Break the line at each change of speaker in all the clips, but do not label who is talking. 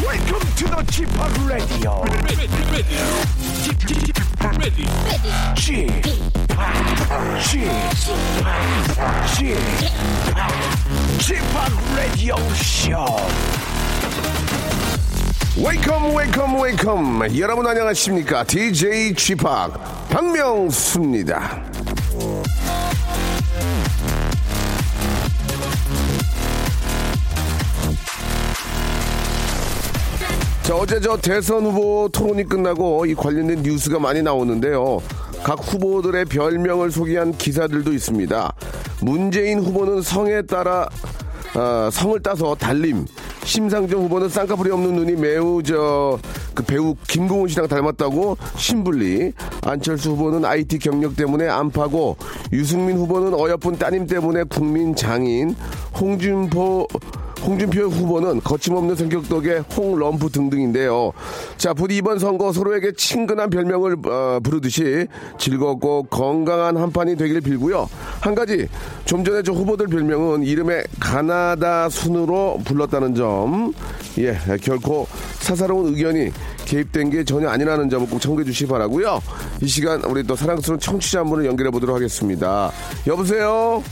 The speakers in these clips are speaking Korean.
Welcome to the Chip Radio. Chip Chip Chip Radio Show.
웨이컴 웨이컴 웨이컴 여러분 안녕하십니까 DJ g p 박명수입니다 자 어제 저 대선 후보 토론이 끝나고 이 관련된 뉴스가 많이 나오는데요 각 후보들의 별명을 소개한 기사들도 있습니다 문재인 후보는 성에 따라 아, 성을 따서 달림. 심상정 후보는 쌍꺼풀이 없는 눈이 매우 저 그 배우 김고은 씨랑 닮았다고 신불리. 안철수 후보는 IT 경력 때문에 안파고 유승민 후보는 어여쁜 따님 때문에 국민 장인. 홍준표 홍준표 후보는 거침없는 성격 덕에 홍럼프 등등인데요. 자, 부디 이번 선거 서로에게 친근한 별명을 어, 부르듯이 즐겁고 건강한 한판이 되길 빌고요. 한 가지, 좀 전에 저 후보들 별명은 이름에 가나다 순으로 불렀다는 점. 예, 결코 사사로운 의견이 개입된 게 전혀 아니라는 점을 꼭 참고해 주시기 바라고요. 이 시간 우리 또 사랑스러운 청취자 한 분을 연결해 보도록 하겠습니다. 여보세요?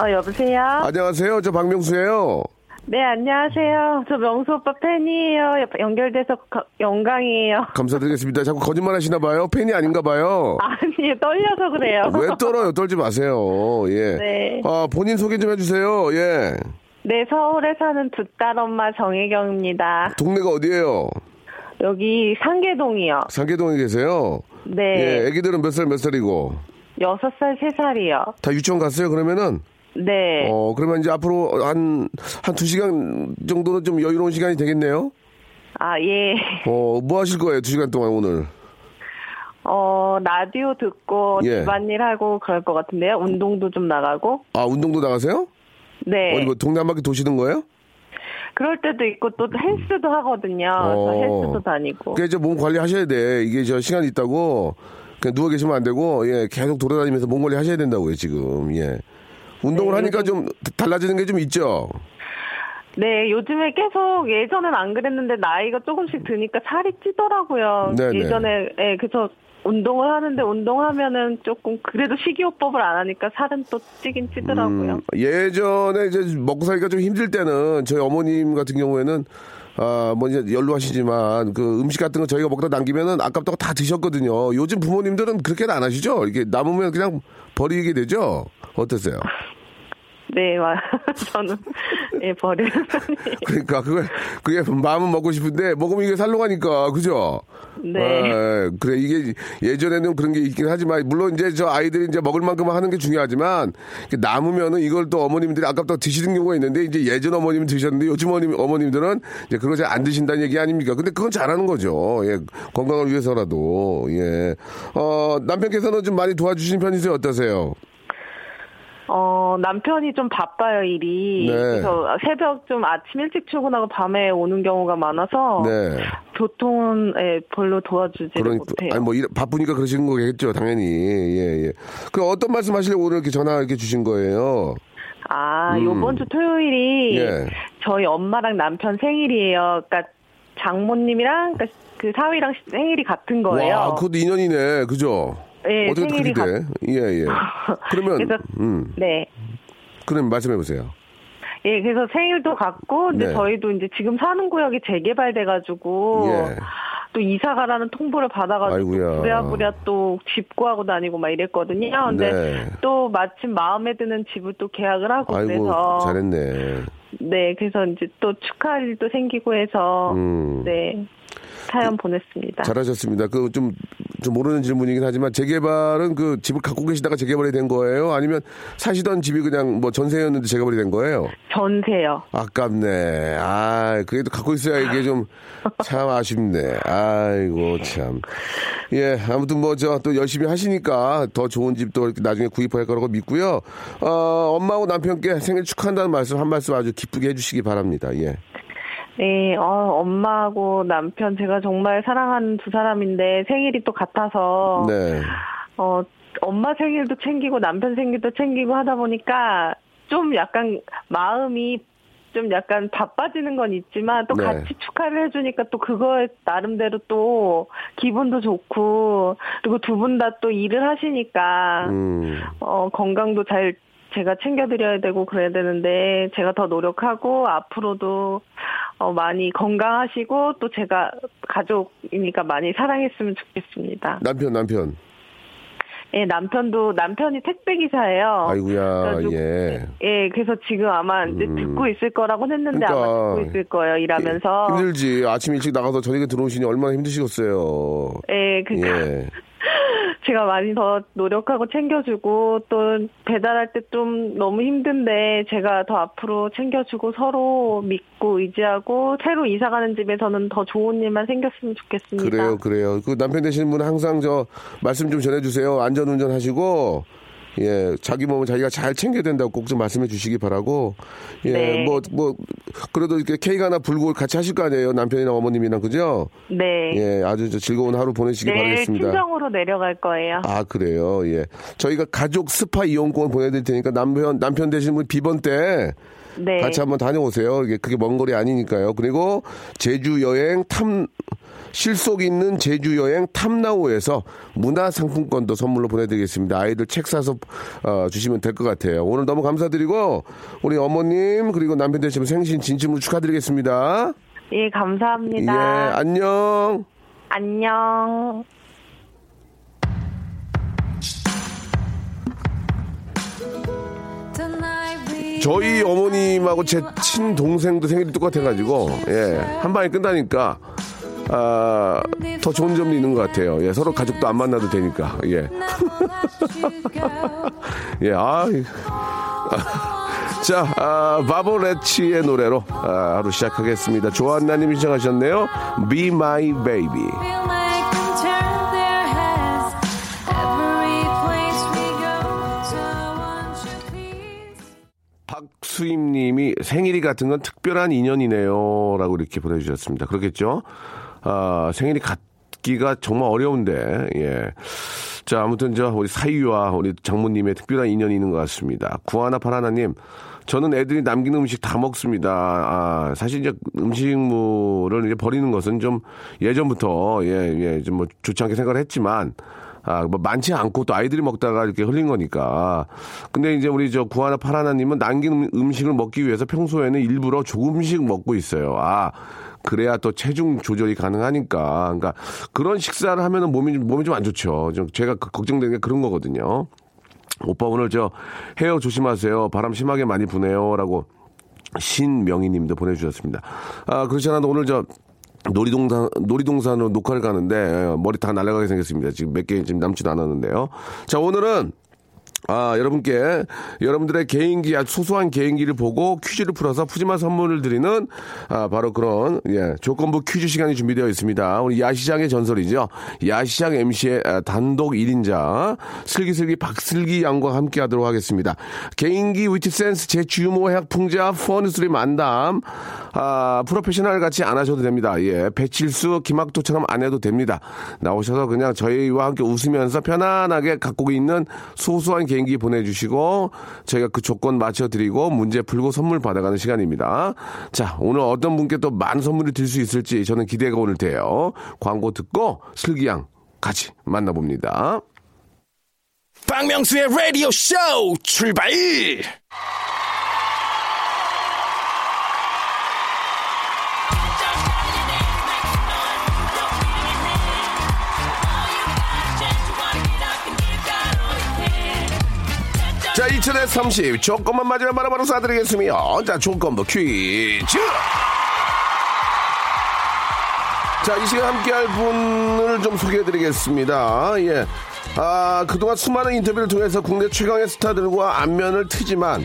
어, 여보세요?
아. 안녕하세요. 저 박명수예요.
네, 안녕하세요. 저 명수 오빠 팬이에요. 옆- 연결돼서 거- 영광이에요.
감사드리겠습니다. 자꾸 거짓말 하시나 봐요. 팬이 아닌가 봐요.
아니, 떨려서 그래요.
왜 떨어요? 떨지 마세요. 예.
네.
아, 본인 소개 좀 해주세요. 예.
네, 서울에 사는 두 딸 엄마 정혜경입니다.
동네가 어디예요?
여기 상계동이요.
상계동에 계세요? 예.
네,
애기들은 몇 살, 몇 살이고?
여섯 살, 세 살이요.
다 유치원 갔어요, 그러면은?
네,
어, 그러면 이제 앞으로 한, 한 두 시간 정도는 좀 여유로운 시간이 되겠네요?
아, 예.
어, 뭐 하실 거예요, 두 시간 동안 오늘?
어, 라디오 듣고
예.
집안일 하고 그럴 것 같은데요. 운동도 좀 나가고.
아, 운동도 나가세요?
네.
어디 뭐 동네 한 바퀴 도시는 거예요?
그럴 때도 있고 또 헬스도 하거든요.
어.
저 헬스도 다니고.
그게 이제 몸 관리 하셔야 돼. 이게 저 시간 이 있다고 그냥 누워 계시면 안 되고 예 계속 돌아다니면서 몸 관리 하셔야 된다고요 지금 예 운동을 하니까 좀 달라지는 게 좀 있죠.
네, 요즘에 계속 예전엔 안 그랬는데 나이가 조금씩 드니까 살이 찌더라고요.
네네.
예전에 예, 그래서 운동을 하는데 운동하면은 조금 그래도 식이요법을 안 하니까 살은 또 찌긴 찌더라고요.
음. 예전에 이제 먹고 살기가 좀 힘들 때는 저희 어머님 같은 경우에는 아뭐 이제 연로하시지만 그 음식 같은 거 저희가 먹다 남기면은 아깝다고 다 드셨거든요. 요즘 부모님들은 그렇게는 안 하시죠? 이렇게 남으면 그냥 버리게 되죠. 어떠세요?
네, 와, 저는 예, 버려요.
그러니까 그걸 그게 마음은 먹고 싶은데 먹으면 이게 살로 가니까 그죠?
네.
아, 그래 이게 예전에는 그런 게 있긴 하지만 물론 이제 저 아이들이 이제 먹을 만큼 하는 게 중요하지만 이렇게 남으면은 이걸 또 어머님들이 아깝다 드시는 경우가 있는데 이제 예전 어머님 드셨는데 요즘 어머님 어머님들은 이제 그걸 잘 안 드신다는 얘기 아닙니까? 근데 그건 잘하는 거죠. 예. 건강을 위해서라도 예. 어 남편께서는 좀 많이 도와주시는 편이세요? 어떠세요?
어, 남편이 좀 바빠요, 일이.
네.
그래서 새벽 좀 아침 일찍 출근하고 밤에 오는 경우가 많아서
네.
교통은 예, 별로 도와주지 를
그러니까
못해요.
아니 뭐 일- 바쁘니까 그러신 거겠죠 당연히 예예 그 어떤 말씀 하시려고 오늘 이렇게 전화 이렇게 주신 거예요
아,
음.
요번 주 토요일이
예.
저희 엄마랑 남편 생일이에요. 그러니까 장모님이랑 그러니까 그 사위랑 시- 생일이 같은 거예요.
와 그것도 인연이네 그죠
예,
어떻게
생일이
그렇게
같-
돼예예 그러면
그래서-
음
네.
그럼 말씀해 보세요
예, 그래서 생일도 같고 근데
네.
저희도 이제 지금 사는 구역이 재개발돼 가지고
예.
또 이사 가라는 통보를 받아가지고
아이고야.
부랴부랴 또 집 구하고 다니고 막 이랬거든요. 근데
네.
또 마침 마음에 드는 집을 또 계약을 하고
아이고
그래서
잘했네
네, 그래서 이제 또 축하할 일도 생기고 해서
음그
네. 사연 보냈습니다.
잘하셨습니다. 그 좀 좀 모르는 질문이긴 하지만 재개발은 그 집을 갖고 계시다가 재개발이 된 거예요? 아니면 사시던 집이 그냥 뭐 전세였는데 재개발이 된 거예요?
전세요.
아깝네. 아, 그래도 갖고 있어야 이게 좀 참 아쉽네. 아이고 참. 예, 아무튼 뭐 저 또 열심히 하시니까 더 좋은 집도 이렇게 나중에 구입할 거라고 믿고요. 어, 엄마하고 남편께 생일 축하한다는 말씀 한 말씀 아주 기쁘게 해주시기 바랍니다. 예.
네, 어, 엄마하고 남편 제가 정말 사랑하는 두 사람인데 생일이 또 같아서
네.
어, 엄마 생일도 챙기고 남편 생일도 챙기고 하다 보니까 좀 약간 마음이 좀 약간 바빠지는 건 있지만 또
네.
같이 축하를 해주니까 또 그거에 나름대로 또 기분도 좋고 그리고 두 분 다 또 일을 하시니까
음.
어, 건강도 잘 제가 챙겨드려야 되고 그래야 되는데 제가 더 노력하고 앞으로도 어, 많이 건강하시고 또 제가 가족이니까 많이 사랑했으면 좋겠습니다.
남편 남편.
예, 남편도 남편이 택배 기사예요.
아이고야.
어. 그래가지고-
예.
예, 그래서 지금 아마 이제
음.
듣고 있을 거라고 했는데
그러니까.
아마 듣고 있을 거예요. 일하면서.
힘들지. 아침 일찍 나가서 저녁에 들어오시니 얼마나 힘드시겠어요.
예, 그
예.
제가 많이 더 노력하고 챙겨주고 또 배달할 때 좀 너무 힘든데 제가 더 앞으로 챙겨주고 서로 믿고 의지하고 새로 이사가는 집에서는 더 좋은 일만 생겼으면 좋겠습니다.
그래요, 그래요. 그 남편 되시는 분 항상 저 말씀 좀 전해주세요. 안전 운전하시고 예, 자기 몸은 자기가 잘 챙겨야 된다고 꼭 좀 말씀해 주시기 바라고 예,
네.
뭐 뭐 그래도 이렇게 케이크 하나 불고 같이 하실 거 아니에요, 남편이랑 어머님이랑 그죠?
네.
예, 아주 저 즐거운 하루 보내시기
내일
바라겠습니다.
친정으로 내려갈 거예요.
아 그래요, 예. 저희가 가족 스파 이용권 보내드릴 테니까 남편 남편 되시는 분 비번 때
네.
같이 한번 다녀오세요. 이게 그게 먼 거리 아니니까요. 그리고 제주 여행 탐 실속 있는 제주 여행 탐나오에서 문화 상품권도 선물로 보내드리겠습니다. 아이들 책 사서 어, 주시면 될 것 같아요. 오늘 너무 감사드리고 우리 어머님 그리고 남편 되시면 생신 진심으로 축하드리겠습니다.
예,
예,
감사합니다.
안녕.
안녕.
저희 어머님하고 제 친동생도 생일이 똑같아가지고, 예, 한 방에 끝나니까, 아, 더 좋은 점도 있는 것 같아요. 예, 서로 가족도 안 만나도 되니까, 예. 예, 아, 이- 아, 자, 아, 바보레치의 노래로 아, 하루 시작하겠습니다. 조한나님이 시작하셨네요. Be My Baby. 박수임님이 생일이 같은 건 특별한 인연이네요라고 이렇게 보내주셨습니다. 그렇겠죠? 아, 생일이 같기가 정말 어려운데 예. 자, 아무튼 저 우리 사유와 우리 장모님의 특별한 인연이 있는 것 같습니다. 구하나 파라나님, 저는 애들이 남기는 음식 다 먹습니다. 아, 사실 이제 음식물을 이제 버리는 것은 좀 예전부터 예, 예, 좀 뭐 좋지 않게 생각을 했지만. 아, 뭐 많지 않고 또 아이들이 먹다가 이렇게 흘린 거니까. 근데 이제 우리 저 구하나 파라나님은 남긴 음- 음식을 먹기 위해서 평소에는 일부러 조금씩 먹고 있어요. 아, 그래야 또 체중 조절이 가능하니까. 그러니까 그런 식사를 하면은 몸이 좀- 몸이 좀 안 좋죠. 좀 제가 그- 걱정되는 게 그런 거거든요. 오빠 오늘 저 헤어 조심하세요. 바람 심하게 많이 부네요라고 신명희님도 보내주셨습니다. 아 그렇지 않아도 오늘 저 놀이동산 놀이동산으로 녹화를 가는데 예, 머리 다 날아가게 생겼습니다. 지금 몇 개 지금 남지도 않았는데요. 자 오늘은 아, 여러분께 여러분들의 개인기, 아주 소소한 개인기를 보고 퀴즈를 풀어서 푸짐한 선물을 드리는 아, 바로 그런 예, 조건부 퀴즈 시간이 준비되어 있습니다. 우리 야시장의 전설이죠. 야시장 MC의 아, 단독 1인자 슬기슬기 박슬기 양과 함께 하도록 하겠습니다. 개인기, 위트센스, 재치, 유머, 해학, 풍자, 퍼니스리 만담 아, 프로페셔널 같이 안 하셔도 됩니다. 예, 배칠수, 김학도처럼 안 해도 됩니다. 나오셔서 그냥 저희와 함께 웃으면서 편안하게 갖고 있는 소소한 개인기 보내주시고 저희가 그 조건 맞춰드리고 문제 풀고 선물 받아가는 시간입니다. 자, 오늘 어떤 분께 또 많은 선물을 드릴 수 있을지 저는 기대가 오늘 돼요. 광고 듣고 슬기양 같이 만나봅니다.
박명수의 라디오 쇼 출발!
자, 2030 조건만 맞으면 바로바로 쏴드리겠습니다. 자, 조건부 퀴즈! 자, 이 시간 함께할 분을 좀 소개해드리겠습니다. 예. 아, 그동안 수많은 인터뷰를 통해서 국내 최강의 스타들과 안면을 트지만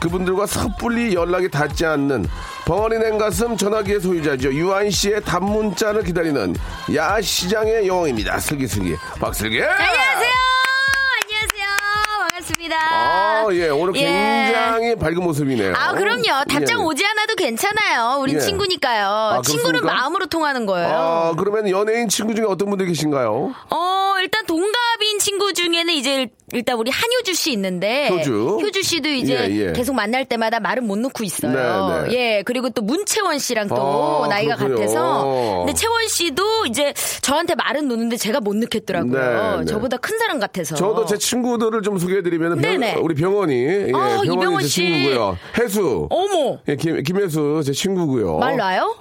그분들과 섣불리 연락이 닿지 않는 벙어리 냉가슴 전화기의 소유자죠. 유한 씨의 단문자를 기다리는 야시장의 영웅입니다. 슬기슬기. 박슬기.
네, 안녕하세요. 안녕하세요. 반갑습니다.
아, 예. 오늘
예.
굉장히 밝은 모습이네요.
아, 그럼요. 답장
예.
오지 않아도 괜찮아요. 우린
예.
친구니까요.
아,
친구는
그렇습니까?
마음으로 통하는 거예요.
아, 그러면 연예인 친구 중에 어떤 분들 계신가요?
어, 일단 동갑인 친구 중에는 이제 일- 일단 우리 한효주 씨 있는데
효주.
씨도 이제
예, 예.
계속 만날 때마다 말은 못 놓고 있어요.
네, 네.
예. 그리고 또 문채원 씨랑 또
아,
나이가
그렇군요.
같아서 근데 채원 씨도 이제 저한테 말은 놓는데 제가 못
네,
넣겠더라고요.
네.
저보다 큰 사람 같아서.
저도 제 친구들을 좀 소개해드리면
네네.
병, 우리 병원이 예,
아,
병원이
이병헌
제
씨.
친구고요. 해수
어머. 아-
예, 김, 김혜수 제 친구고요.
말라요?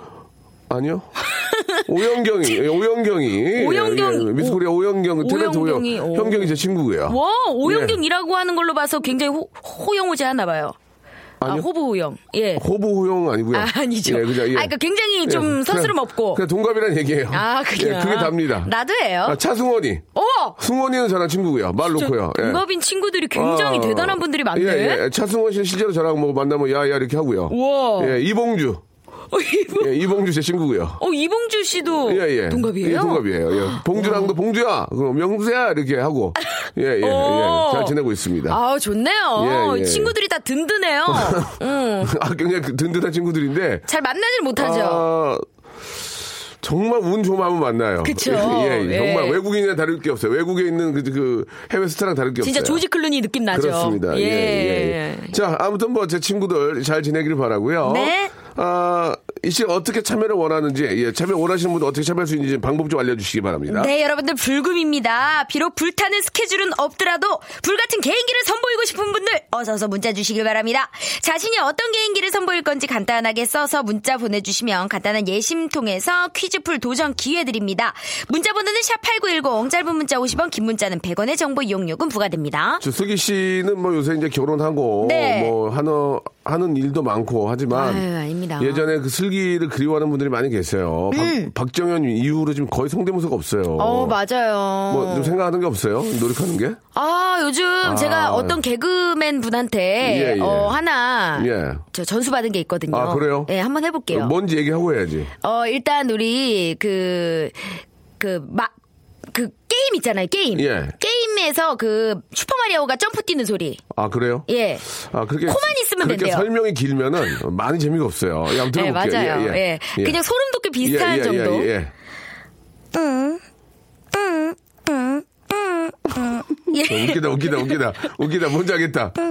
아니요. 오영경이 예, 오영경이 예,
오영경.
미스코리아 오영경 탤런트 오영
오영경이, 오. 뭐?
형경이 제 친구고요.
와,
예.
오영경이라고 하는 걸로 봐서 굉장히 호, 호영호제 하나 봐요. 아,
아니요.
호부 호영. 예.
호부 호영 아니고요.
아, 아니죠.
예, 그죠, 예.
아, 그러니까 굉장히 좀
그냥-
서스름 없고.
그냥 동갑이란 얘기예요.
아, 그냥.
예, 그게 답니다.
나도예요.
아, 차승원이.
어!
승원이는 저랑 친구고요. 말
저
놓고요. 예.
동갑인 친구들이 굉장히
아,
대단한 분들이 많네.
예, 예. 차승원 씨 실제로 저랑 뭐 만나면 야야 이렇게 하고요.
우와.
예, 이봉주.
어, 이봉,
예, 이봉주 제 친구고요.
어, 이봉주 씨도
예, 예.
동갑이에요? 아.
예, 동갑이에요. 예. 봉주랑도 봉주야. 그럼 명수야 이렇게 하고. 예, 예, 예.
어.
잘 지내고 있습니다. 아,
아, 좋네요.
예, 예.
친구들이 다 든든해요. 음,
굉장히 그 든든한 친구들인데.
잘 만나질 못하죠.
아, 정말 운 좋으면 만나요.
그쵸.
예, 예.
예.
정말 외국인이나 다를 게 없어요. 외국에 있는 그, 그 해외 스타랑 다를 게 없어요.
진짜 조지 클루니 느낌 나죠.
그렇죠. 그렇습니다. 예. 예, 예. 자, 아무튼 뭐 제 친구들 잘 지내길 바라고요.
네.
아, 이씨 어떻게 참여를 원하는지, 예, 참여 원하시는 분들 어떻게 참여할 수 있는지 방법 좀 알려주시기 바랍니다.
네, 여러분들 불금입니다. 비록 불타는 스케줄은 없더라도 불같은 개인기를 선보이고 싶은 분들 어서서 문자 주시길 바랍니다. 자신이 어떤 개인기를 선보일 건지 간단하게 써서 문자 보내주시면 간단한 예심 통해서 퀴즈풀 도전 기회 드립니다. 문자 번호는 샵8910 짧은 문자 50원 긴 문자는 100원의 정보 이용료금 부과됩니다.
저 슬기 씨는 뭐 요새 이제 결혼하고
네.
뭐 하는 하는 일도 많고 하지만
아유, 아닙니다.
예전에 그 슬기를 그리워하는 분들이 많이 계세요. 박, 정현 이후로 지금 거의 성대모사가 없어요.
음. 맞아요.
뭐 좀 생각하는 게 없어요? 노력하는 게?
아, 요즘 제가 어떤 개그맨 분한테
예, 예.
어, 하나
예.
저 전수 받은 게 있거든요.
아, 그래요?
예, 한번 해볼게요.
뭔지 얘기하고 해야지.
어, 일단 우리 그, 그, 막, 그 게임 있잖아요, 게임.
예.
게임에서 그 슈퍼마리오가 점프 뛰는 소리.
아 그래요?
예.
아 그렇게
코만 있으면
그렇게
된대요.
설명이 길면은 많이 재미가 없어요. 예, 한번
예,
들어볼게요.
맞아요. 예, 그냥 소름 돋게 비슷한 정도.
예, 예.
예.
웃기다 웃기다 웃기다 웃기다 뭔지 알겠다.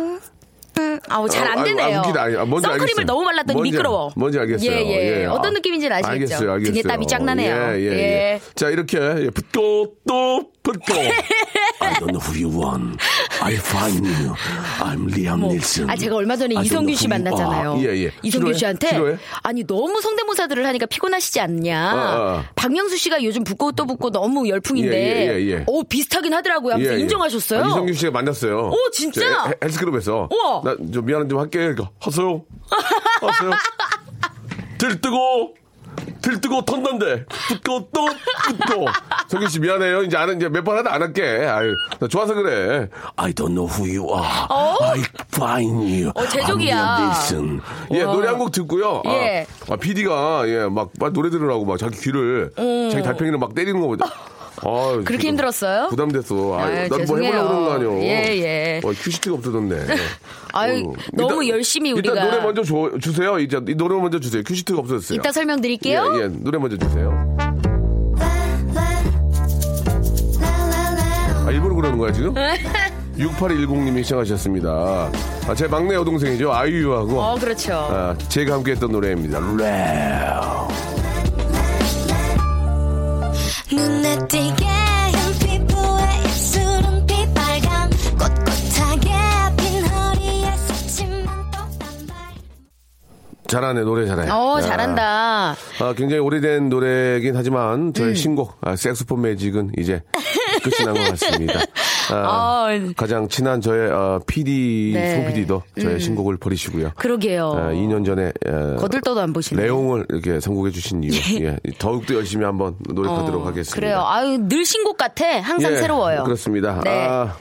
아우, 잘
아,
안
아,
되네요.
아, 웃기다. 아, 뭔지
선크림을
알겠어요.
너무 발랐더니
뭔지 알-
미끄러워.
뭔지 알겠어요.
예, 예.
예.
어떤
아,
느낌인지 는 아시겠죠?
알겠어요, 알겠어요.
등에 땀이 쫙 나네요.
예, 예, 예.
예.
자, 이렇게. 예, 붙고, 또, 붙고. I don't know who you want. I find you. I'm Liam Neeson.
아 제가 얼마 전에
I don't
이성균
know
씨
who you
만났잖아요.
are. 예, 예. 싫어해?
이성균 씨한테
싫어해?
아니 너무 성대모사들을 하니까 피곤하시지 않냐.
아, 아.
박명수 씨가 요즘 붓고 또 붓고 너무 열풍인데
예, 예, 예, 예.
오 비슷하긴 하더라고요. 하면서
예, 예.
인정하셨어요.
아, 이성균 씨가 만났어요.
오, 진짜?
저 헬- 헬스클럽에서.
우와.
나좀 미안한 좀 할게. 이거, 하세요. 하세요. 들뜨고. 들뜨고 턴던데 붙고 또 붙고 성균 씨 미안해요 이제 안 이제 몇 번 하다 안 할게 아유 나 좋아서 그래 I don't know who you are I find you
어, 제조기야.
I'm your Nixon. 예 노래 한 곡 듣고요 아,
예.
아 PD가 예막 노래 들으라고 막 자기 귀를 자기 달팽이를 막 때리는 거 보다 아
음. 그렇게 힘들었어요?
부담됐어.
아유, 예,
난뭐
죄송해요.
해보려고 그런 거 아니오.
예, 예.
어, 휴식티가 없어졌네.
아유,
어.
너무 열심히
일단
우리가-
노래 먼저 줘- 주세요. 이제 이 노래 먼저 주세요. 휴식티가 없어졌어요.
이따 설명드릴게요.
예, 예, 노래 먼저 주세요. 아, 일부러 그러는 거야, 지금? 6810님이 시청하셨습니다. 아, 제 막내 여동생이죠. 아이유하고.
어 그렇죠.
아, 제가 함께 했던 노래입니다. 랩.
눈에 띄게 한 피부에 입술은 빛빨간 꼿꼿하게 핀 허리에 스치만 또 단발
잘하네, 노래 잘해.
어
아.
잘한다.
아, 굉장히 오래된
음.
노래긴 하지만 저의 신곡 아, 섹스폰 매직은 이제 끝이 난 것 같습니다. 아,
아,
가장 친한 저의 어, PD
네.
소PD도 저의 신곡을 버리시고요.
그러게요.
아, 2년 전에 예,
거들떠도 안 보시네.
레옹을 이렇게 선곡해 주신 이유. 예. 더욱더 열심히 한번 노력하도록
어,
하겠습니다.
그래요. 아유, 늘 신곡 같아. 항상
예,
새로워요.
그렇습니다.
네.
아,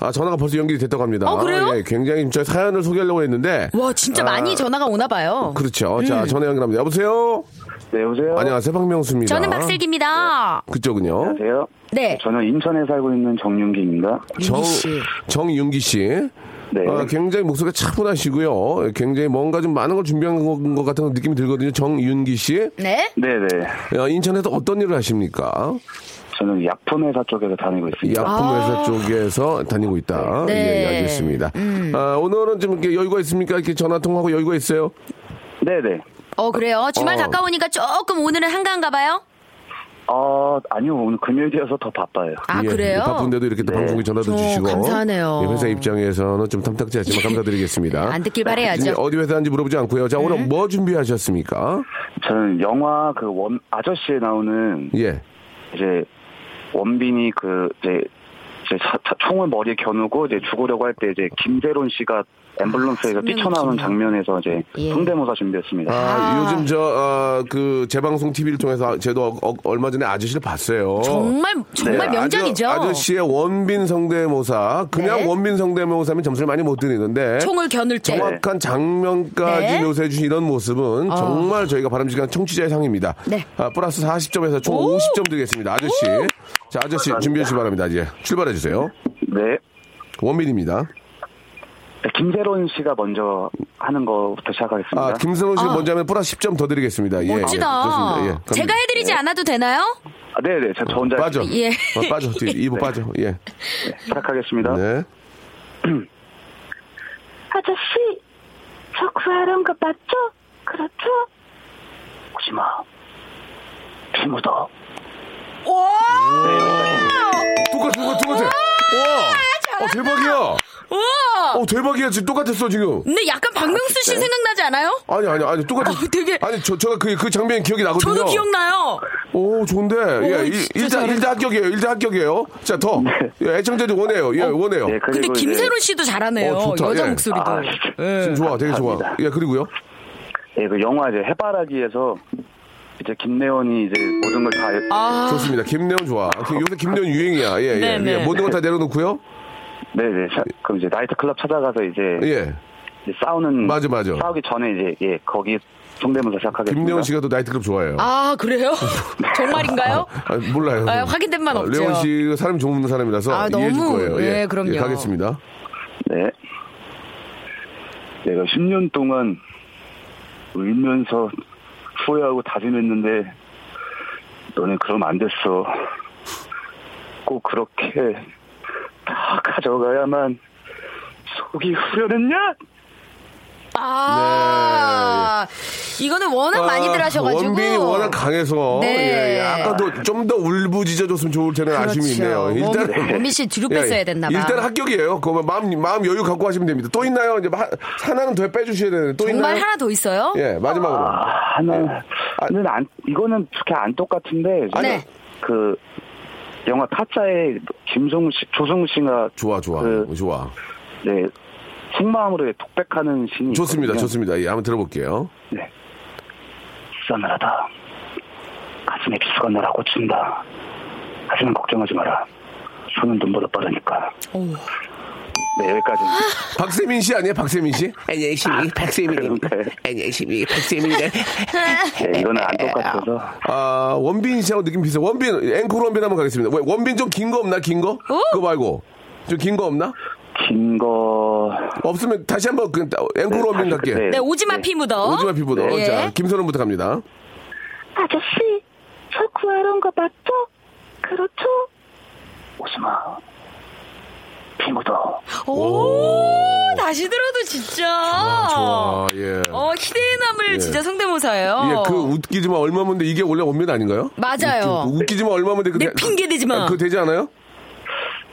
아, 전화가 벌써 연결이 됐다고 합니다.
어, 그래요?
예, 굉장히 지금 저희 사연을 소개하려고 했는데.
와, 음. 진짜
아,
많이 전화가 오나 봐요.
그렇죠. 자, 전화 연결합니다. 여보세요?
네, 여보세요?
안녕하세요. 박명수입니다.
저는 박슬기입니다.
그쪽은요?
안녕하세요.
네.
저는 인천에 살고 있는 정윤기입니다.
정,
윤기 씨.
정윤기 씨.
네.
아, 굉장히 목소리가 차분하시고요. 굉장히 뭔가 좀 많은 걸 준비한 것 같은 느낌이 들거든요. 정윤기 씨.
네.
네네.
야, 인천에서 어떤 일을 하십니까?
저는 약품 회사 쪽에서 다니고 있습니다.
약품 회사 쪽에서 다니고 있다.
아. 네. 음.
예, 예, 알겠습니다. 아, 오늘은 좀 이렇게 여유가 있습니까? 이렇게 전화 통화하고 여유가 있어요?
네네.
어, 그래요? 주말
어.
가까우니까 조금 오늘은 한강 가봐요?
어, 아니요. 오늘 금요일이어서 더 바빠요.
아,
예,
그래요?
바쁜데도 이렇게 또 방송에 전화도
어,
주시고.
감사하네요.
예, 회사 입장에서는 좀 탐탁지 않지만 감사드리겠습니다.
안 듣길
이제
바래야죠. 네.
어디 회사인지 물어보지 않고요. 자, 오늘 뭐 준비하셨습니까?
저는 영화 그 원, 아저씨에 나오는
예.
이제 원빈이 그 이제 이제 사- 사- 총을 머리에 겨누고 이제 죽으려고 할 때 이제 김세론 씨가 앰뷸런스에서 뛰쳐나오는 장면에서 이제
예.
성대모사 준비했습니다.
아, 요즘 저, 아, 그, 재방송 TV를 통해서 제도 어- 어- 얼마 전에 아저씨를 봤어요.
정말 정말
네,
명작이죠.
아저, 씨의 원빈 성대모사. 그냥
네.
원빈 성대모사면 점수를 많이 못 드리는데.
총을 겨눌 때.
정확한 장면까지
네. 어.
묘사해 주신 이런 모습은 정말 저희가 바람직한 청취자의 상입니다.
네.
아, 플러스 40점에서 총 50점 드리겠습니다. 아저씨. 자, 아저씨 준비해 주시기 바랍니다. 이제 출발해 주세요.
네.
원빈입니다.
김세론 씨가 먼저 하는 거부터 시작하겠습니다.
아, 김승호 씨 먼저 하면 플러스 10점 더 드리겠습니다. 예, 예,
멋지다.
좋습니다. 예, 갑니다.
제가 해드리지 않아도 되나요?
아, 네네. 저, 저 혼자
빠져.
예.
어, 빠져. 뒤, 이부 빠져. 예.
시작하겠습니다.
네.
아저씨, 저 구하러 온 거 맞죠? 그렇죠? 뭐,
오지 마. 피 묻어. 네,
똑같아, 똑같아, 똑같아. 와! 어, 대박이야!
우와!
어, 대박이야. 지금 똑같았어, 지금.
근데 약간
아,
박명수 씨 생각나지 않아요?
아니, 아니, 아니, 똑같아.
아, 되게-
아니, 저, 제가 그, 그 장면 기억이 나거든요.
저도 기억나요.
오, 좋은데. 예, 일-
진짜
일단,
잘한다.
일단 합격이에요. 일단 합격이에요. 자, 더. 예, 애청자들 원해요. 예, 원해요.
네, 그리고
근데
이제-
김세론 씨도 잘하네요.
어, 좋다.
여자
예.
목소리도.
아,
네. 지금 좋아, 되게 좋아.
감사합니다.
예, 그리고요.
예, 그 영화 이제 해바라기에서 이제 김내원이 이제 모든 걸 다
아.
좋습니다. 김내원 좋아. 그, 요새 김내원 유행이야. 예, 예.
네,
예,
네.
모든 걸 다 내려놓고요.
네네 사- 그럼 이제 나이트 클럽 찾아가서 이제,
예.
이제 싸우는
맞아, 맞아.
싸우기 전에 이제 예 거기 성대모사 시작하겠습니다.
김내원 씨가 또 나이트클럽 좋아해요.
아, 그래요? 정말인가요?
아, 몰라요.
아, 확인된 바는
아,
없죠.
레원 씨가 사람 좋은 사람이라서
아,
이해해 줄
너무-
거예요. 예,
예, 그럼요.
예, 가겠습니다.
네. 내가 10년 동안 울면서 후회하고 다짐했는데 너는 그럼 안 됐어. 꼭 그렇게 다 가져가야만 속이 후련했냐?
아, 이거는 워낙 많이들
네. 아,
하셔가지고.
원빈이 워낙 강해서
네.
예, 예. 아까 좀 더 울부짖어줬으면 좋을 텐데 아쉬움이
그렇죠.
있네요. 일단
원빈- 원빈 씨 뒤로 그렇죠. 뺐어야 됐나 봐.
예. 일단 합격이에요. 그거 마음 마음 여유 갖고 하시면 됩니다. 또 있나요? 이제 하- 하나는 더 빼주셔야 되는데 또
정말
있나요?
하나 더 있어요?
예 마지막으로
아.
아.
하나는 안 이거는 그렇게 안 똑같은데
아니. 네.
그 영화 타짜에 김종우 씨, 조승우 씨가
좋아 좋아
그-
좋아
네, 속마음으로 독백하는 신이
좋습니다
있거든요.
좋습니다. 예, 한번 들어볼게요.
네. 싸늘하다. 가슴에 비수가 날 하고 친다. 하지만 걱정하지 마라. 손은 눈보다 빠르니까. 네, 여기까지.
아.
박세민 씨 아니에요? 박세민 씨?
안녕하십니까 박세민입니다. 아,
네.
안녕하십니까 박세민입니다.
네, 이거는 안 똑같아서.
아 원빈 씨하고 느낌 비슷해. 원빈 앵콜 원빈 한번 가겠습니다. 왜 원빈 좀 긴 거 없나? 긴 거?
어?
그거 말고 좀 긴 거 없나?
긴 거.
없으면 다시 한번 그 앵콜 원빈 갈게.
네.
네, 오지마
네.
피묻어.
오지마 피부도.
예.
자 김선원부터 갑니다.
아저씨, 저 구하러 온 거 맞죠? 그렇죠?
오지마. 피 묻어.
오, 다시 들어도 진짜.
좋아 예.
어, 희대의 남을 진짜 성대모사예요.
예, 그 웃기지만 얼마면데 이게 원래 원빈 아닌가요?
맞아요.
웃- 웃기지만 얼마면데
내 핑계 대지 마.
그거 되지 않아요?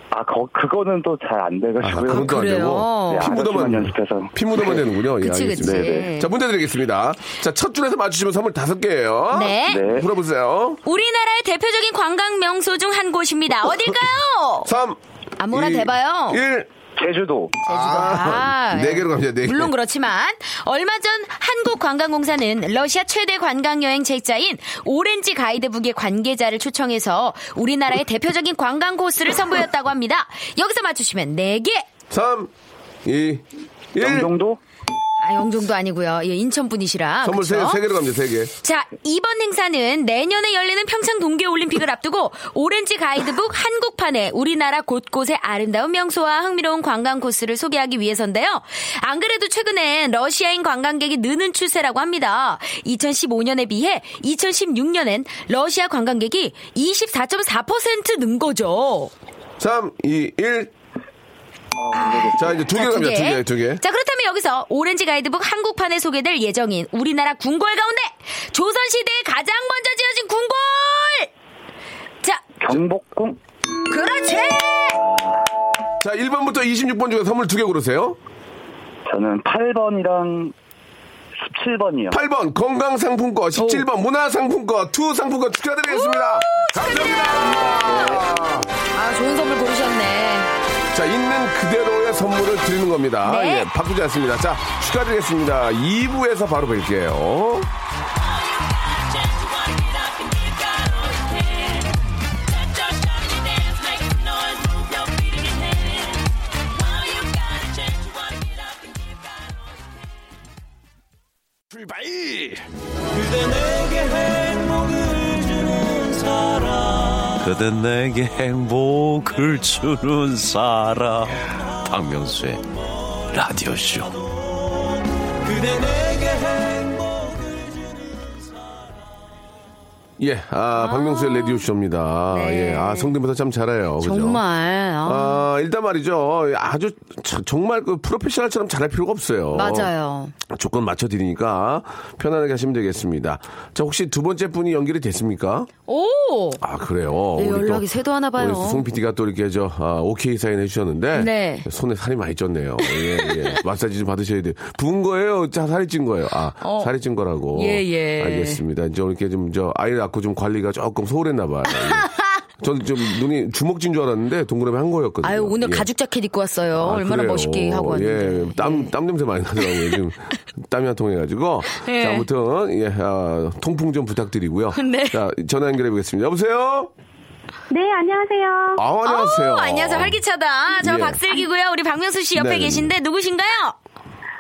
아, 거, 그거는 또 잘 안
아,
돼가지고요.
그건 또 안
그래요? 네.
되고. 피
네, 아저씨만
묻어만
연습해서.
피 묻어만 되는군요. 예,
그치, 그치.
알겠습니다. 자, 문제 드리겠습니다. 자, 첫 줄에서 맞추시면 선물 다섯 개예요.
네.
네.
풀어보세요.
우리나라의 대표적인 관광 명소 중 한 곳입니다. 어딜까요?
3,
아무나 대봐요.
일.
제주도.
아,
네 개로 갑니다. 네 개.
물론 그렇지만 얼마 전 한국관광공사는 러시아 최대 관광여행 책자인 오렌지 가이드북의 관계자를 초청해서 우리나라의 대표적인 관광 코스를 선보였다고 합니다. 여기서 맞추시면 4개.
3, 2, 1.
영종도?
아, 영종도 아니고요. 예, 인천 분이시라. 그렇죠?
선물 세,
그쵸?
세 개로 갑니다. 세 개.
자, 이번 행사는 내년에 열리는 평창 동계올림픽을 앞두고 오렌지 가이드북 한국판에 우리나라 곳곳의 아름다운 명소와 흥미로운 관광 코스를 소개하기 위해서인데요. 안 그래도 최근엔 러시아인 관광객이 느는 추세라고 합니다. 2015년에 비해 2016년엔 러시아 관광객이 24.4%는 거죠.
3, 2, 1. 자, 이제 두 개로
자,
갑니다. 두 개, 두 개.
자, 그렇다면 여기서 오렌지 가이드북 한국판에 소개될 예정인 우리나라 궁궐 가운데 조선시대에 가장 먼저 지어진 궁궐! 자,
경복궁?
그렇지!
자, 1번부터 26번 중에 선물 두 개 고르세요.
저는 8번이랑 17번이요.
8번 건강상품권, 17번 문화상품권, 투 상품권 축하드리겠습니다. 감사합니다.
아, 좋은 선물 고르셨네.
자, 있는 그대로의 선물을 드리는 겁니다.
네.
예, 바꾸지 않습니다. 자, 축하드리겠습니다. 2부에서 바로 뵐게요.
출발! 그대 내게 행복을 주는 사람 박명수의 라디오쇼
예, 아, 박명수의 라디오쇼입니다. 예, 아, 성대모사 참 잘해요. 그죠?
네. 정말. 아,
아, 일단 말이죠. 아주 저- 정말 그 프로페셔널처럼 잘할 필요가 없어요.
맞아요.
조건 맞춰드리니까 편안하게 하시면 되겠습니다. 자, 혹시 두 번째 분이 연결이 됐습니까?
오!
아, 그래요.
네,
우리 또
연락이 새도하나 봐요.
우리 송 PD가 또 이렇게 저 아, 오케이 사인 해주셨는데
네.
손에 살이 많이 쪘네요. 예, 예. 마사지 좀 받으셔야 돼요. 부은 거예요? 자, 살이 찐 거예요? 아,
어.
살이 찐 거라고.
예, 예.
알겠습니다. 이제 이렇게 좀 저 아이를 낳고 좀 관리가 조금 소홀했나 봐요. 예. 저는 좀 눈이 주먹진 줄 알았는데 동그라미 한 거였거든요.
아유, 오늘
예.
가죽 자켓 입고 왔어요.
아,
얼마나
그래요.
멋있게 하고 왔는데. 네.
예, 땀, 땀 냄새 많이 나더라고요. 지금 땀이 한 통해가지고.
예.
자, 아무튼, 예, 아, 통풍 좀 부탁드리고요.
네.
자, 전화 연결해 보겠습니다. 여보세요?
네, 안녕하세요.
아, 안녕하세요.
오, 안녕하세요. 활기차다. 저
예.
박슬기고요. 우리 박명수 씨 옆에
네네.
계신데 누구신가요?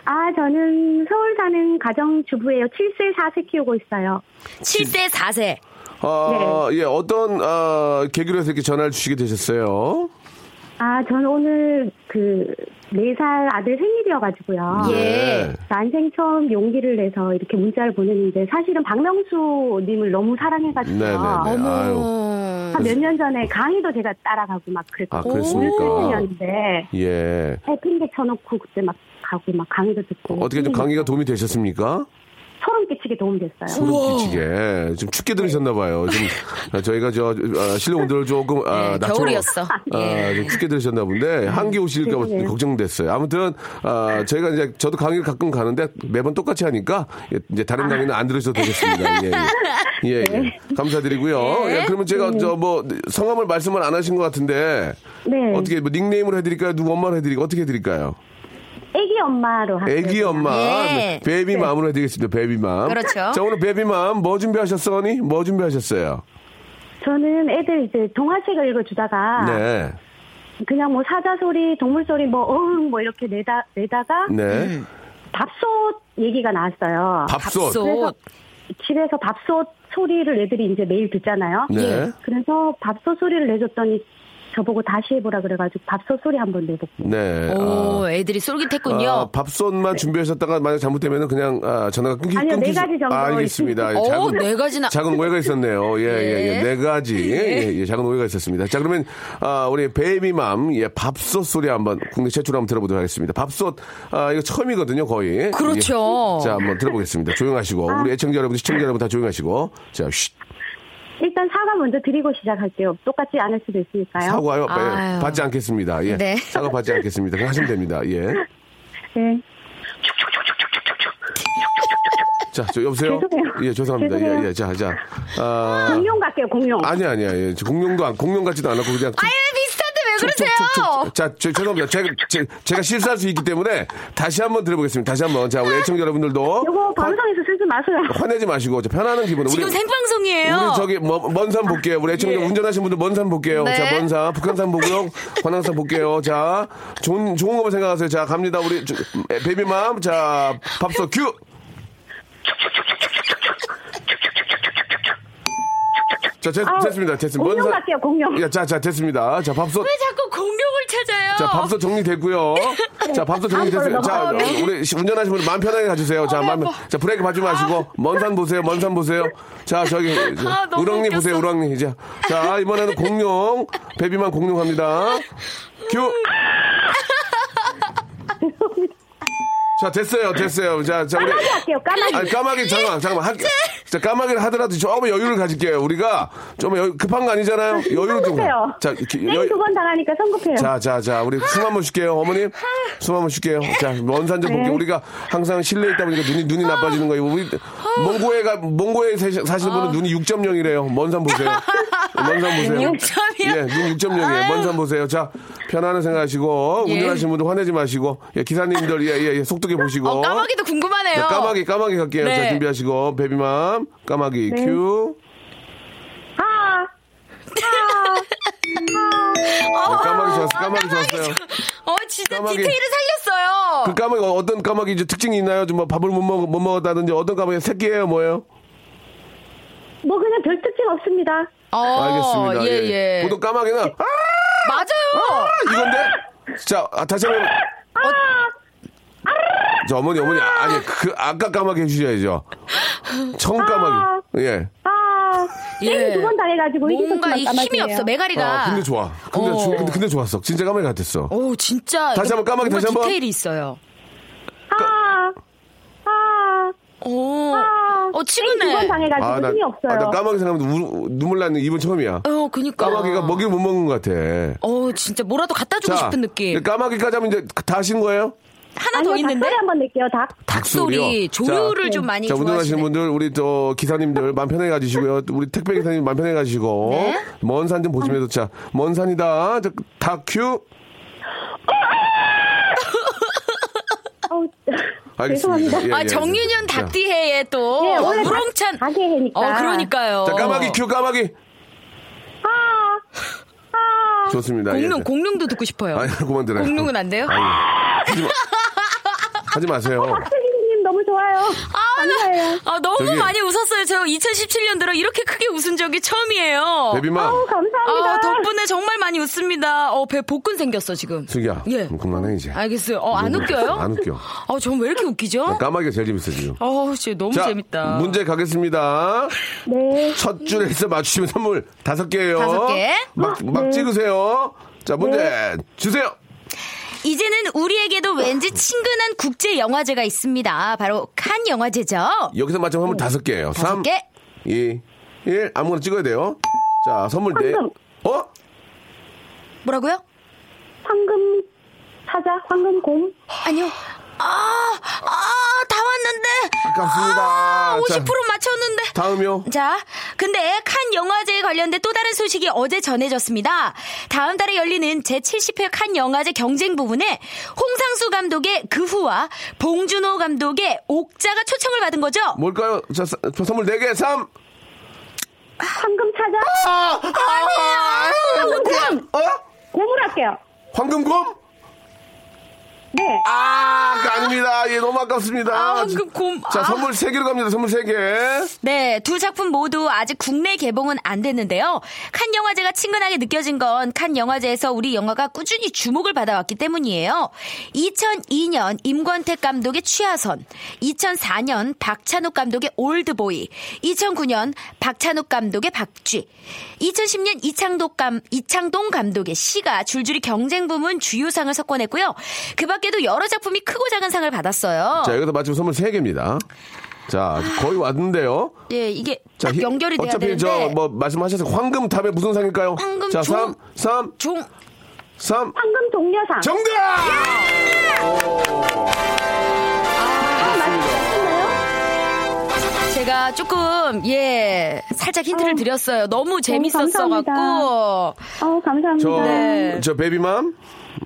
아, 저는 서울 사는 가정주부예요. 7세 4세 키우고 있어요.
7세, 4세.
아, 예, 어떤, 아, 계기로 해서 이렇게 전화를 주시게 되셨어요?
아, 저는 오늘 그 4살 아들 생일이어가지고요.
예.
난생 처음 용기를 내서 이렇게 문자를 보냈는데 사실은 박명수님을 너무 사랑해가지고
네네네. 아유.
어,
한 몇 년 전에 강의도 제가 따라가고 막
아,
그랬고
그랬습니까?
했는데
예.
핑계 쳐놓고 그때 막 가고 막 강의도 듣고 음,
어떻게 좀 강의가 도움이 되셨습니까?
소름 끼치게 도움됐어요.
소름 끼치게. 좀 춥게 들으셨나봐요. 좀, 아, 저희가 저, 아, 실내 온도를 조금, 아,
네,
낮춰-
겨울이었어.
예.
아, 좀 춥게 들으셨나 본데, 한기 오실까봐
네, 네.
걱정됐어요. 아무튼, 아, 저희가 이제, 저도 강의를 가끔 가는데, 매번 똑같이 하니까, 예, 이제 다른 강의는 안 들으셔도 되겠습니다. 예, 예. 예, 예. 감사드리고요. 예, 그러면 제가, 저, 뭐, 성함을 말씀을 안 하신 것 같은데,
네.
어떻게, 뭐, 닉네임으로 해드릴까요? 누구 엄마로 해드릴까요? 어떻게 해드릴까요?
애기 엄마로 하세요.
애기 엄마,
예.
베이비맘으로 해드리겠습니다. 베이비맘.
그렇죠.
자 오늘 베이비맘 뭐 준비하셨어, 언니? 뭐 준비하셨어요?
저는 애들 이제 동화책을 읽어주다가
네,
그냥 뭐 사자 소리, 동물 소리 뭐 어흥 뭐 이렇게 내다 내다가
네.
밥솥 얘기가 나왔어요.
밥솥.
그래서
밥솥.
집에서 밥솥 소리를 애들이 이제 매일 듣잖아요.
네.
그래서 밥솥 소리를 내줬더니 저보고 다시 해보라 그래가지고 밥솥 소리 한번 내보고
네.
오,
아,
애들이 쫄깃했군요.
아, 밥솥만 준비하셨다가 만약 잘못되면은 그냥 아, 전화가 끊기
아니요, 네
끊기지.
가지 정도
알겠습니다. 예,
어,
오,
아, 작은,
네 가지나.
작은 오해가 있었네요. 예, 예, 예.
예.
네 가지. 예, 예, 작은 오해가 있었습니다. 자, 그러면 아, 우리 베이비맘 예, 밥솥 소리 한번 국내 최초로 한번 들어보도록 하겠습니다. 밥솥 아, 이거 처음이거든요, 거의.
그렇죠.
예. 자, 한번 들어보겠습니다. 조용하시고 우리 애청자 여러분, 시청자 여러분 다 조용하시고. 자, 쉿.
일단 사과 먼저 드리고 시작할게요. 똑같이 안 할 수도 있으니까요.
사과요?
아유.
예, 받지 않겠습니다. 예.
네.
사과 받지 않겠습니다. 그냥 하시면 됩니다. 예.
네.
자, 저 여보세요?
죄송해요.
예, 죄송합니다.
죄송해요.
예, 예. 자, 자. 아.
공룡 갈게요, 공룡.
아니 아니야. 예. 저 공룡도 안 공룡 같지도 않았고 그냥 좀-
아유, 비슷한데 왜 그러세요?
자, 죄- 죄송합니다. 제가, 제, 제가 실수할 수 있기 때문에 다시 한번 들어보겠습니다. 다시 한번. 자, 우리 애청자 여러분들도
이거 방송에서 쓰지 마세요.
화내지 마시고 저 편안한 기분으로.
지금
우리-
생방송이에요.
우리 저기 뭐, 먼 산 볼게요. 우리
아,
애청자
예.
운전하시는 분들 먼 산 볼게요.
네.
자, 먼 산, 북한산 보고요. 관악산 볼게요. 자, 좋은 좋은 거만 생각하세요. 자, 갑니다. 우리 저- 에, 베비맘. 자, 밥솥 큐. 자, 됐, 습니다 됐습니다. 먼
아, 공룡
산-
갈게요, 공룡.
야, 자, 자, 됐습니다. 자, 밥솥.
왜 자꾸 공룡을 찾아요?
자, 밥솥 정리됐고요. 자, 밥솥 정리됐어요. 자,
어. 다음 걸로 넘어가요.
우리 시- 운전하시는 분들 마음 편하게 가주세요. 자,
어,
마음, 자, 브레이크 밟지 마시고, 먼 산 보세요, 먼 산 보세요. 자, 저기, 저,
아, 너무
우렁니
웃겼어.
보세요, 우렁니. 이제. 자, 이번에는 공룡, 베비만 공룡 합니다. 큐! 자, 됐어요, 됐어요. 자, 자, 우리.
까마귀 할게요, 까마귀.
아니, 까마귀, 잠깐만, 잠깐만. 하, 자, 까마귀를 하더라도 조금 여유를 가질게요. 우리가 좀 여유, 급한 거 아니잖아요? 여유를 좀.
성급해요.
자, 이렇게 여유-
땡두번 당하니까 성급해요.
자, 자, 자, 우리 숨 한번 쉴게요, 어머님. 숨 한번 쉴게요. 자, 원산 좀 볼게요. 우리가 항상 실내에 있다 보니까 눈이, 눈이 나빠지는 거예요. 우리, 몽고에 가, 몽고에 사시- 사시는 분은 눈이 6.0이래요. 먼산 보세요. 먼산 보세요.
6.0 이요?
예, 눈 6.0이에요. 먼산 보세요. 자, 편안한 생각하시고,
예.
운전하시는 분들 화내지 마시고, 예, 기사님들, 예, 예, 예, 속도게 보시고.
어, 까마귀도
네,
궁금하네요.
까마귀, 까마귀 갈게요.
네.
자, 준비하시고, 베비맘, 까마귀,
네.
큐.
아, 아!
네, 까마귀 좋았어요. 까마귀 좋았어요.
어, 진짜
까마귀.
디테일을 살렸어요.
그 까마귀 어떤 까마귀 이제 특징이 있나요? 좀 뭐 밥을 못, 먹, 못 먹었다든지 어떤 까마귀 새끼예요 뭐예요?
뭐 그냥 별 특징 없습니다.
어,
그, 알겠습니다.
예, 예.
보통 까마귀는 아
맞아요.
이건데 자 아, 다시 한번 자 어머니 어머니 아, 아니 그 아까 까마귀 해주셔야죠. 처음 까마귀 예.
아,
예.
땡두번 당해가지고
뭔가
이기셨지만
이 힘이
까마귀예요.
없어. 메가리가.
아 근데 좋아. 근데
어.
좋- 근데, 근데 좋았어. 진짜 까마귀 같았어.
오, 진짜.
다시 한번 까마귀
뭔가
다시 한번.
디테일이 있어요.
아, 아,
오.
아,
어,
땡두번
치근해.
당해가지고
나,
힘이
아,
없어요.
나 까마귀 생각하면 우, 눈물 나는 이번 처음이야.
어, 그니까.
까마귀가 먹이를 못 먹은 것 같아.
어, 진짜 뭐라도 갖다 주고 싶은 느낌.
네. 까마귀까지 하면 이제 다 하신 거예요?
하나
아니요,
더 있는데?
닭소리 한번 낼게요, 닭.
닭소리,
소리요.
조류를
자,
좀 많이
자, 운전하시는
좋아하시네.
분들, 우리 저 기사님들 맘 편하게 가지시고요. 또 우리 택배 기사님 맘 편하게 가시고.
네?
먼 산
어.
좀 보시면서 자, 먼 산이다. 저, 다큐.
아! 어우,
알겠습니다.
아, 죄송합니다.
예,
아,
예.
정유년
자,
닭띠해에 또
예, 원래 닭-
우렁찬.
닭의 해니까.
어, 그러니까요.
자, 까마귀 큐, 까마귀.
어. 아, 아,
좋습니다.
공룡,
예.
공룡도 듣고 싶어요.
아니, 그만 들어요.
공룡은 안 돼요?
하지 마세요.
어, 박슬기님 너무 좋아요.
아,
감사해요.
나, 아, 너무
저기-
많이 웃었어요. 저 2017년 들어 이렇게 크게 웃은 적이 처음이에요.
데뷔마.
아우, 감사합니다.
아, 덕분에 정말 많이 웃습니다. 어, 배 복근 생겼어, 지금.
슬기야.
예.
그럼 그만해, 이제.
알겠어요. 어, 안
너무-
웃겨요?
뭐, 안 웃겨.
어, 전 왜 이렇게 웃기죠?
까마귀가 제일 재밌어, 지금.
어우, 진짜 너무
자,
재밌다.
문제 가겠습니다.
네.
첫 줄에서 맞추시면 선물 다섯 개예요
다섯 개.
막,
네.
막 찍으세요. 자, 문제 주세요.
이제는 우리에게도 왠지 친근한 국제 영화제가 있습니다. 바로 칸 영화제죠.
여기서 맞추면
네.
선물 다섯 개예요.
다섯
삼,
개.
2, 1 아무거나 찍어야 돼요. 자, 선물 네.
황금.
어?
뭐라고요?
황금 사자, 황금공.
아니요. 아, 아, 다 왔는데.
아깝습니다.
아, 50%
자.
맞췄는데.
다음요.
자, 근데 칸 영화제에 관련된 또 다른 소식이 어제 전해졌습니다. 다음 달에 열리는 제70회 칸 영화제 경쟁 부분에 홍상수 감독의 그 후와 봉준호 감독의 옥자가 초청을 받은 거죠.
뭘까요? 자, 사- 선물 네 개. 삼.
황금 사자,
아! 아!
황금공.
어?
고물할게요.
황금곰?
네.
아, 그 아닙니다. 예, 너무 아깝습니다.
아, 황금곰.
자,
아.
선물 세 개로 갑니다. 선물 세 개.
네, 두 작품 모두 아직 국내 개봉은 안 됐는데요. 칸 영화제가 친근하게 느껴진 건 칸 영화제에서 우리 영화가 꾸준히 주목을 받아왔기 때문이에요. 2002년 임권택 감독의 취하선, 2004년 박찬욱 감독의 올드보이, 2009년 박찬욱 감독의 박쥐, 2010년 이창독 감, 이창동 감독의 시가 줄줄이 경쟁 부문 주요상을 석권했고요. 그 밖에도 여러 작품이 크고 작은 상을 받았어요.
자, 여기서 맞추면 선물 세 개입니다. 자, 거의 왔는데요.
예, 이게
자,
딱
히-
연결이 돼야
어차피
되는데.
저 뭐 말씀하셨어요. 황금탑에 무슨 상일까요?
황금
자,
종-
3 3
종
3
황금 동료상.
정답!
아, 맞추셨나요?
제가 조금 예 살짝 힌트를 드렸어요. 아, 너무 재밌었어갖고.
어, 감사합니다.
저,
네.
저 베비맘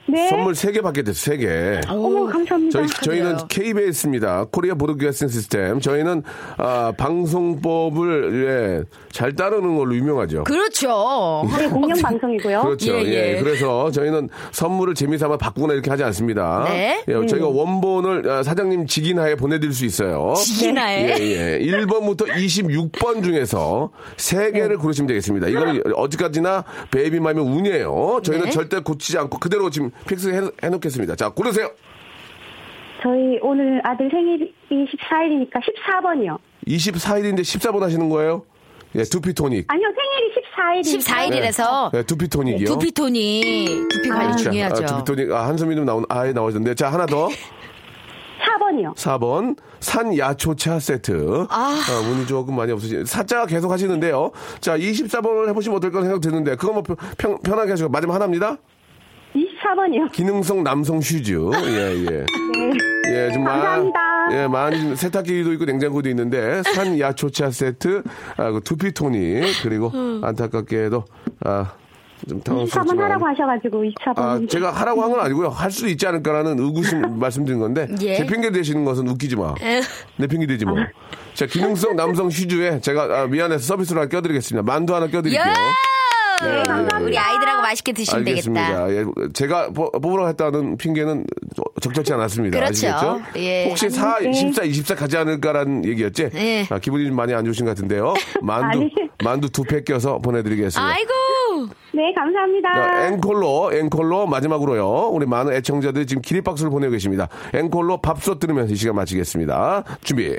네.
선물 3개 받게 됐어요. 3개.
어머, 감사합니다.
아,
저희, 저희는 KBS입니다. 코리아 보드캐스팅 시스템. 저희는 아, 방송법을 예, 잘 따르는 걸로 유명하죠.
그렇죠.
네, 공영 방송이고요.
그렇죠. 예, 그래서 저희는 선물을 재미삼아 받거나 이렇게 하지 않습니다.
네.
예, 저희가
음.
원본을 아, 사장님 직인하에 보내드릴 수 있어요.
직인하에?
예, 예. 1번부터 26번 중에서 세개를 고르시면 되겠습니다. 이거는 어디까지나 베이비맘의 운이에요. 저희는
네.
절대 고치지 않고 그대로 지금 픽스해놓겠습니다. 자, 고르세요.
저희 오늘 아들 생일이 14일이니까 14번이요.
24일인데 14번 하시는 거예요? 예, 두피토닉.
아니요, 생일이 14일이니까.
14일이라서
네, 두피토닉이요.
두피톤이 두피 관리
그렇죠.
중요하죠.
아, 두피토닉. 아, 한숨이 좀 나오는, 아예 나오셨는데. 자, 하나 더.
4번이요.
4번 산야초차 세트.
아.
아, 운이 조금 많이 없으시. 사자 계속 하시는데요. 자, 24번을 해보시면 어떨까 생각되는데 그거 뭐 편, 편하게 하시고 마지막 하나입니다.
24번이요.
기능성 남성 슈즈. 예, 예. 예, 좀
네. 감사합니다.
많, 예, 많이 세탁기도 있고 냉장고도 있는데 산야초차 세트, 아, 그 두피토닉 그리고 안타깝게도 아, 좀
24번
당황스럽지만
음. 하라고 하셔가지고 24번.
아, 제가 하라고 한 건 아니고요. 할 수도 있지 않을까라는 의구심 말씀드린 건데
예. 아.
제 핑계 대시는 것은 웃기지 마. 내 핑계 대지 뭐. 자, 기능성 남성 휴즈에 제가 아, 미안해서 서비스로 하나 껴드리겠습니다. 만두 하나 껴드릴게요.
아,
예, 예, 예.
우리 아이들하고 맛있게 드시면 되겠다.
알겠습니다. 예, 제가 뽑- 뽑으러 했다는 핑계는 적절치 않았습니다.
그렇죠.
아시겠죠?
예.
혹시 4,
네.
24, 24 가지 않을까라는 얘기였지?
예.
아, 기분이 좀 많이 안 좋으신 것 같은데요. 만두,
아니.
만두 두 팩 껴서 보내드리겠습니다.
아이고.
네, 감사합니다.
자, 앵콜로, 앵콜로 마지막으로요. 우리 많은 애청자들이 지금 기립박수를 보내고 계십니다. 앵콜로 밥솥 들으면서 이 시간 마치겠습니다. 준비.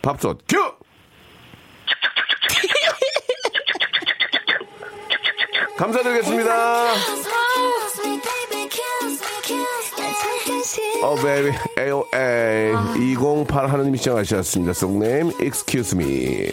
밥솥 큐! 감사드리겠습니다. 어, 베이비. AOA. 208 하나님이 시청하셨습니다. 송님, excuse me.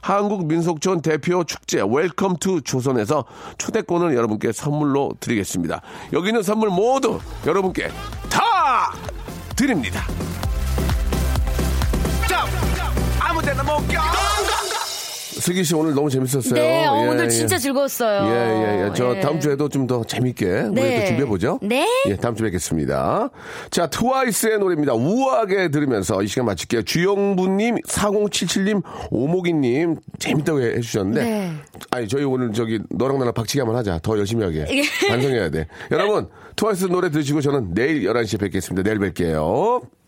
한국 민속촌 대표 축제 웰컴 투 조선에서 초대권을 여러분께 선물로 드리겠습니다. 여기 있는 선물 모두 여러분께 다 드립니다. 아무데나 못 껴. 슬기 씨 오늘 너무 재밌었어요.
네, 어,
예,
오늘
예.
진짜 즐거웠어요.
예, 예, 예. 저
예.
다음 주에도 좀 더 재밌게 우리
네.
또 준비해보죠.
네.
예, 다음 주에 뵙겠습니다. 자, 트와이스의 노래입니다. 우아하게 들으면서 이 시간 마칠게요. 주영부님, 4077님, 오목이님, 재밌다고 해- 해주셨는데.
네.
아니, 저희 오늘 저기 너랑 나랑 박치기 한번 하자. 더 열심히 하게.
예.
반성해야 돼. 여러분, 트와이스 노래 들으시고 저는 내일 11시에 뵙겠습니다. 내일 뵐게요.